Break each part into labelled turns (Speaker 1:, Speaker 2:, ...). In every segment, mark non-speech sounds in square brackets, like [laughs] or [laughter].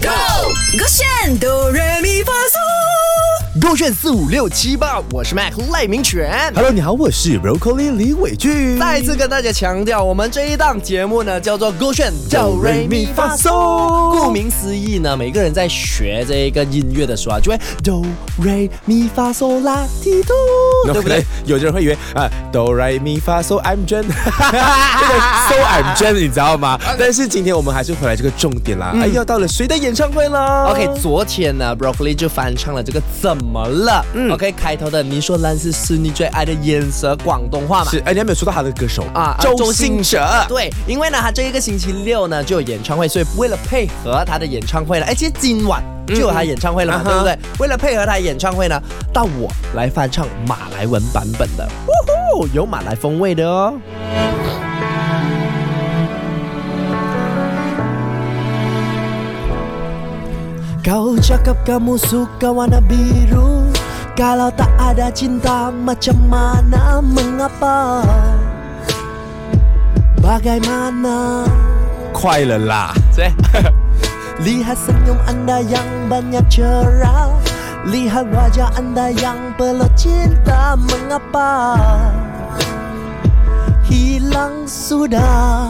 Speaker 1: Go，
Speaker 2: 勾选哆来咪发嗦，
Speaker 1: 勾选四五六七八，我是 Mac 赖明全。
Speaker 3: Hello，你好，我是 Broccoli 李伟俊。
Speaker 1: 再次跟大家强调，我们这一档节目呢叫做《勾选
Speaker 3: 哆
Speaker 1: 哆
Speaker 3: 瑞
Speaker 1: 瑞
Speaker 3: 咪
Speaker 1: 咪
Speaker 3: 发
Speaker 1: 发嗦》。
Speaker 3: 嗦，
Speaker 1: 顾名思义呢，每个人在学这个音乐的时候啊，就会哆瑞咪发嗦啦提哆，对
Speaker 3: 对
Speaker 1: 不
Speaker 3: 不
Speaker 1: 对
Speaker 3: 对？？有的人会以为啊，哆来咪发嗦 I'm Jen，这个 So I'm Jen 你知道吗？但是今天我们还是回来这个重点啦。哎，要到了谁的演唱会啦
Speaker 1: OK，昨天呢，Broccoli 就翻唱了这个《怎么了》。OK，开
Speaker 3: 嗯
Speaker 1: 头的你说蓝是是你最爱的眼色，广东话嘛。
Speaker 3: 是哎，你还没有说到他的歌手
Speaker 1: 啊啊
Speaker 3: 周哎兴哲。
Speaker 1: 对，因为呢，他这一个星期六呢就有演唱会，所以为了配合他的演唱会呢，哎，其实今晚就有他演唱会了嘛，
Speaker 3: 嗯
Speaker 1: 对不对？为了配合他演唱会呢，到我来翻唱马来文版本的，呜呼，有马来风味的哦。Kau cakap kamu suka warna biru Kalau tak ada cinta macam mana mengapa Bagaimana
Speaker 3: 快了啦！
Speaker 1: [laughs] 谁？Lihat senyum anda yang banyak cerah Lihat wajah anda yang penuh cinta Mengapa hilang sudah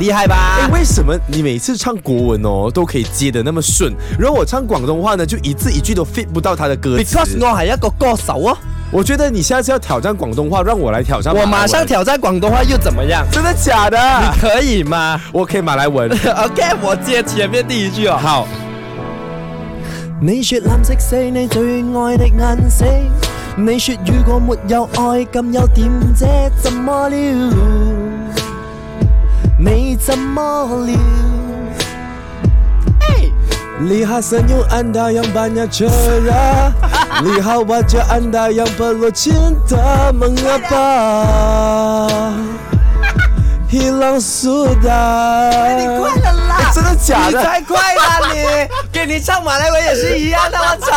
Speaker 1: 厉害
Speaker 3: 哎，
Speaker 1: 吧？
Speaker 3: 为什么你每次唱国文哦都可以接的那么顺，然后我唱广东话呢就一字一句都 fit 不到他的歌词
Speaker 1: Because 我还要个歌手哦，
Speaker 3: 我觉得你下次要挑战广东话，让我来挑战。
Speaker 1: 我马上，挑战广东话又怎么样？
Speaker 3: 真的假的？
Speaker 1: [laughs] 可以吗
Speaker 3: 我可以马来文。
Speaker 1: ？OK，我接前面第一句哦。
Speaker 3: 好，
Speaker 1: 你说蓝色是你最爱的颜色，你说如果没有爱咁有点这怎么了？你怎么了？
Speaker 3: Lihat senyum anda yang banyak cerah Lihat wajah anda yang perlu cinta Mengapa hilang sudah
Speaker 1: 了啦
Speaker 3: 真的假
Speaker 1: 你
Speaker 3: 的？
Speaker 1: 太快了你！给你唱马来文也是一样的，我操！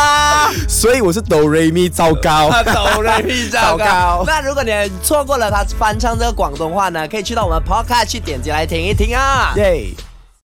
Speaker 3: 所以我是哆瑞咪，糟糕。 [laughs]
Speaker 1: 抖人屁
Speaker 3: 糟糕
Speaker 1: 那如果你错过了他翻唱这个广东话呢，可以去到我们 Podcast 去点击来听一听啊。
Speaker 3: 耶